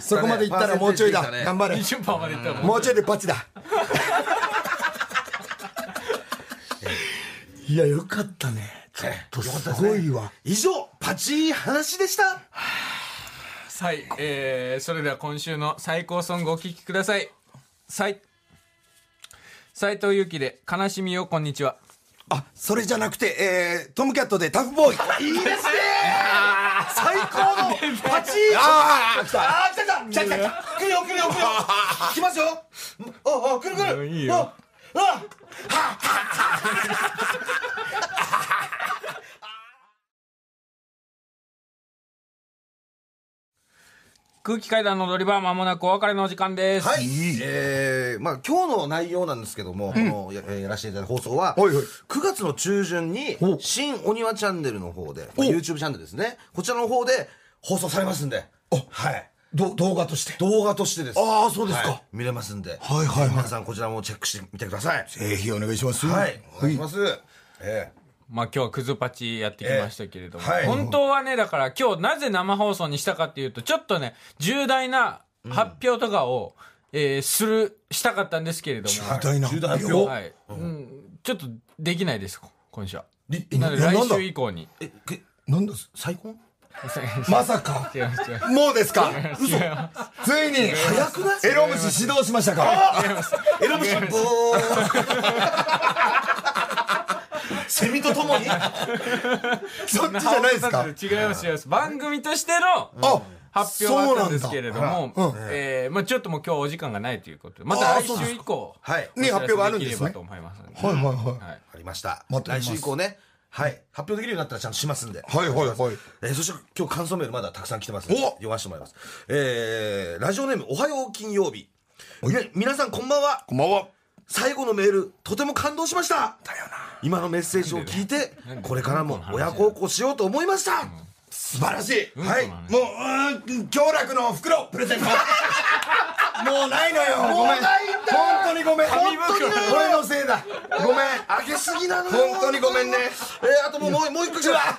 そこまでいったらもうちょいだ
パーセンテージできたね
頑張れ
20%までいったらもう
もうちょいでパチだいやよかったねちょっとすごいわ
以上パチい話でした
はい、えー、それでは今週の最高ソングをお聴きください。斎斉藤由貴で悲しみよこんにちは。
あそれじゃなくて、えー、トムキャットでタフボーイ
いいですね最高のパチー
ああ来た
あー来た来た来た来た来た来るよ来るよ来るよ来ますよああ来る来る
いいよ
ああ
空気階段の踊り場、まもなくお別れのお時間です。
はい、えー、まあ今日の内容なんですけども、このやえーやらせていただいた放送は、
おいおい
9月の中旬に、新お庭チャンネルの方で、まあ YouTube チャンネルですね、こちらの方で放送されますんで、はい。
ど動画として
動画としてです。
あーそうですか
はい見れますんで、
はいはいはい
皆さんこちらもチェックしてみてください。
ぜひお願いします
はい、お願いします。え
まあ今日はクズパチやってきましたけれども、
ええはい
本当はね、だから今日なぜ生放送にしたかっていうと、ちょっとね、重大な発表とかを、えーする、したかったんですけれども、
重大な
重大
発
発
表
表
はい、うん、ちょっとできないです、今週は。
え
なので
な
来
なんだ
週以降に。
え、け
なんだす
再婚
まさか
違います違いま
もうですか
す違います
ついに早くないエロムシ指導しましたか
エロムシ ボーセミとともに
そっちじゃないですか
違います違います番組としての
あ
発表はあったんですけれども、
そうなんだ
えーまあ、ちょっともう今日はお時間がないということで、ま
あ
た
ー
来
そうです
週以降、
はい
お知らせ
ね発表があるんですね
きればと思いますので
はいはいは
はい
ありました
待っており
来週
ます
以降ねはい発表できるようになったらちゃんとしますんで
いはいはいはい
えーそして今日感想メールまだたくさん来てますので
お
読ませてもらいますえーラジオネームおはよう金曜日み皆さんこんばんは
こんばんは
最後のメールとても感動しました今のメッセージを聞いて
なんで
これからも親孝行しようと思いました
素晴らしい、
ん
はい
この
も
話
ううん京楽の袋プレ ゼントもうないのよごめん本当にごめん
紙
本当
袋
に俺のせいだごめん
あげすぎなのよ
本当にごめんね
えーあともうもうもう一個来た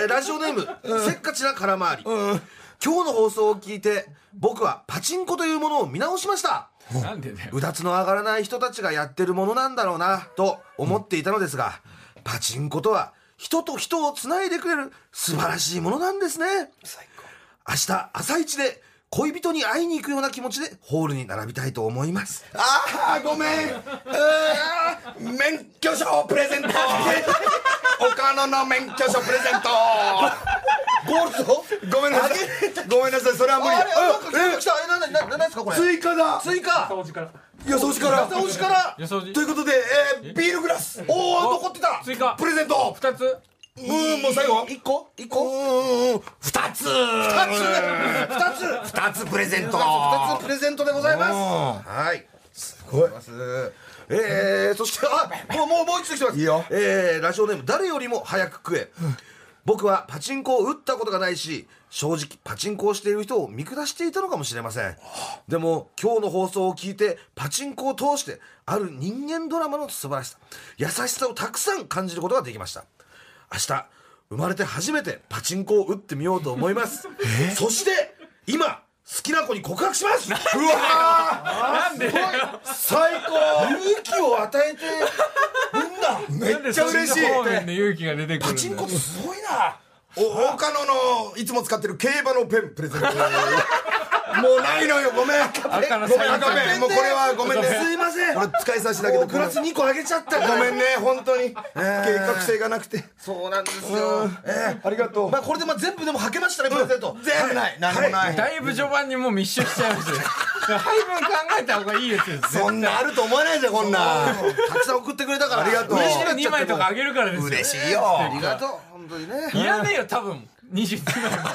えーラジオネームせっかちな空回り今日の放送を聞いて僕はパチンコというものを見直しました
なんでだよ
うだつの上がらない人たちがやってるものなんだろうなと思っていたのですがパチンコとは人と人をつないでくれる素晴らしいものなんですね明日朝一で恋人に会いに行くような気持ちでホールに並びたいと思います
ああごめんうーん免許証プレゼント岡野の免許証プレゼントゴールドごめんなさいごめんなさいそれは無理
あれあ
うん
なんか来た来たえななななんですかこれ
追加だ
追加
予想しから
おじから
予想時
ということで、えービールグラスおお残ってた
追加
プレゼント
2つ
うーんもう最後
一個一個
うん二
二
つ
つ
二つプレゼント
二つプレゼントでございますはいす
ごい
ますえー、そしてあもうもうもう一つ来てます
いいよ
えー、ラジオネーム誰よりも早く食え僕はパチンコを打ったことがないし正直パチンコをしている人を見下していたのかもしれませんでも今日の放送を聞いてパチンコを通してある人間ドラマの素晴らしさ優しさをたくさん感じることができました明日生まれて初めてパチンコを打ってみようと思いますそして今好きな子に告白しますうわ
なんでだよ
最
ー勇気を与えて
高めっちゃ嬉しい
方面で勇気が出てくるんだよ
パチンコってすごいなお岡野のいつも使ってる競馬のペンプレゼ ントもうないのよごめん
赤の
ごめ
サイ
ん
ン
赤ペンもうこれはごめんね
すいません
これ使いさせてだけど
もうグラス2個あげちゃった
ごめんね本当に計画性がなくて
そうなんですよ、え
ありがと
えまあこれでまあ全部でもはけましたねプレゼント、
全部ない何もない
だいぶ序盤にもう密集しちゃい ますよ配分考えた方がいいやつです
そんなあると思わないじゃんこんな
たくさん送ってくれたから
ありがとう
嬉しくなっちゃ
2枚とかあげるからですよ
嬉しいよ
たありがとう本当にね
いらねえよ多分22枚も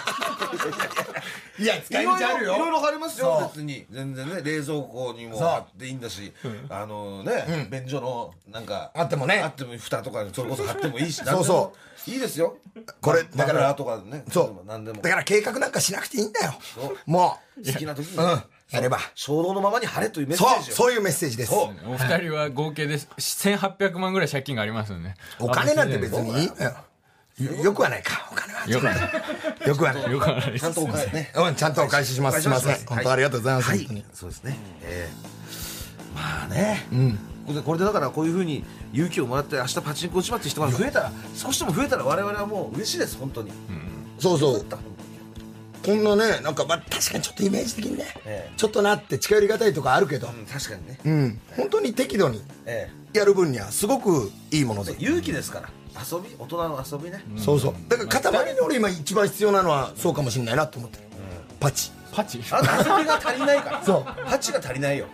いや使い道あるよ
いろいろ貼ります
そ
よ
う
別に全然ね冷蔵庫にも
そう
貼っていいんだしあのね便所のなんか
あってもね
あっても蓋とかにそれ こそ貼ってもいいし
そうそ
う
う
いいですよ
これだ
だ
か
から
ら
とかね
そう
何でも
だから計画なんかしなくていいんだよもう
好きな時に
うんやれば
衝動のままに貼れというメッセ
そ
ー
う
ジう
そういうメッセージです
そ
お二人は合計で1800万ぐらい借金がありますよね
お金なんて別にうんよよくはないかお金は
よくない
よくはない
よくはないで
ちゃん
す
とお金ね
うんちゃんとお返ししますすいません本当ありがとうございます
は
本当に
そうですねええまあねこれでこれでだからこういうふうに勇気をもらって明日パチンコ打ちまって人が増えたら少しでも増えたら我々はもう嬉しいです本当に
そうそうこんなねなんかまあ確かにちょっとイメージ的にね
え
ちょっとなって近寄りがたいとかあるけど
うん確かにね
うん本当に適度に
ええ
やる分にはすごくいいもので
勇気ですから遊び大人の遊びね、
そうそうだから塊に俺今一番必要なのはそうかもしれないなと思ってるパチ
パチ
あな た遊びが足りないから
そう
パチが足りないよ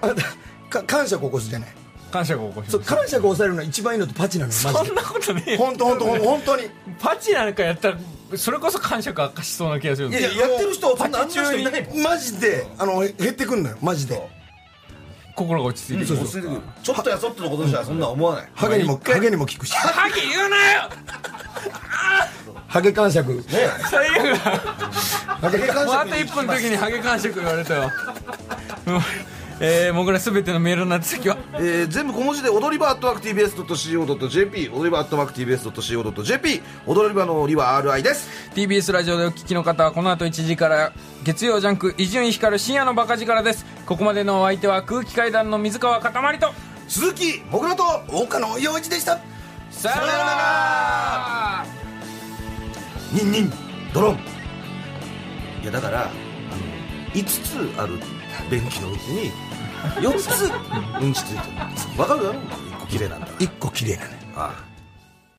あなたか感謝を起こすじゃない
感謝が起こし
そう
ます
感謝が抑えるのは一番いいのってパチなのよマ
そ
ジ
ん
で
なことねえよ
本当本当本当に
パチなんかやったらそれこそ感触悪化しそうな気がするん
い
で
や
す
いややってる人そんなあんな人いないもん
マジであの減ってくんのよマジで
心が落ち着いて
そうそうちょっとやそっとのことじゃそんな思わない
ハゲにも
一回
ハゲにも効くし
ハゲ言うなよ
ハゲ感触
最悪だ
ハゲ感
もうあと1分の時にハゲ感触言われたようんえー、僕らすべてのメールの宛先は
えー全部小文字で踊り場アットワーク TBS.CO.JP 踊り場アットワーク TBS.CO.JP 踊り場のりは RI です
TBS ラジオでお聞きの方はこの後1時から月曜ジャンク伊集院光る深夜のバカ力ですここまでのお相手は空気階段の水川かたまりと
鈴木もぐらと
岡野陽一でした
さよなら
ニンニンドロンいやだからあの5つある便器のうちに4つうんちついてるわかるだろ1個綺麗なんだから
一個綺麗なね
ああ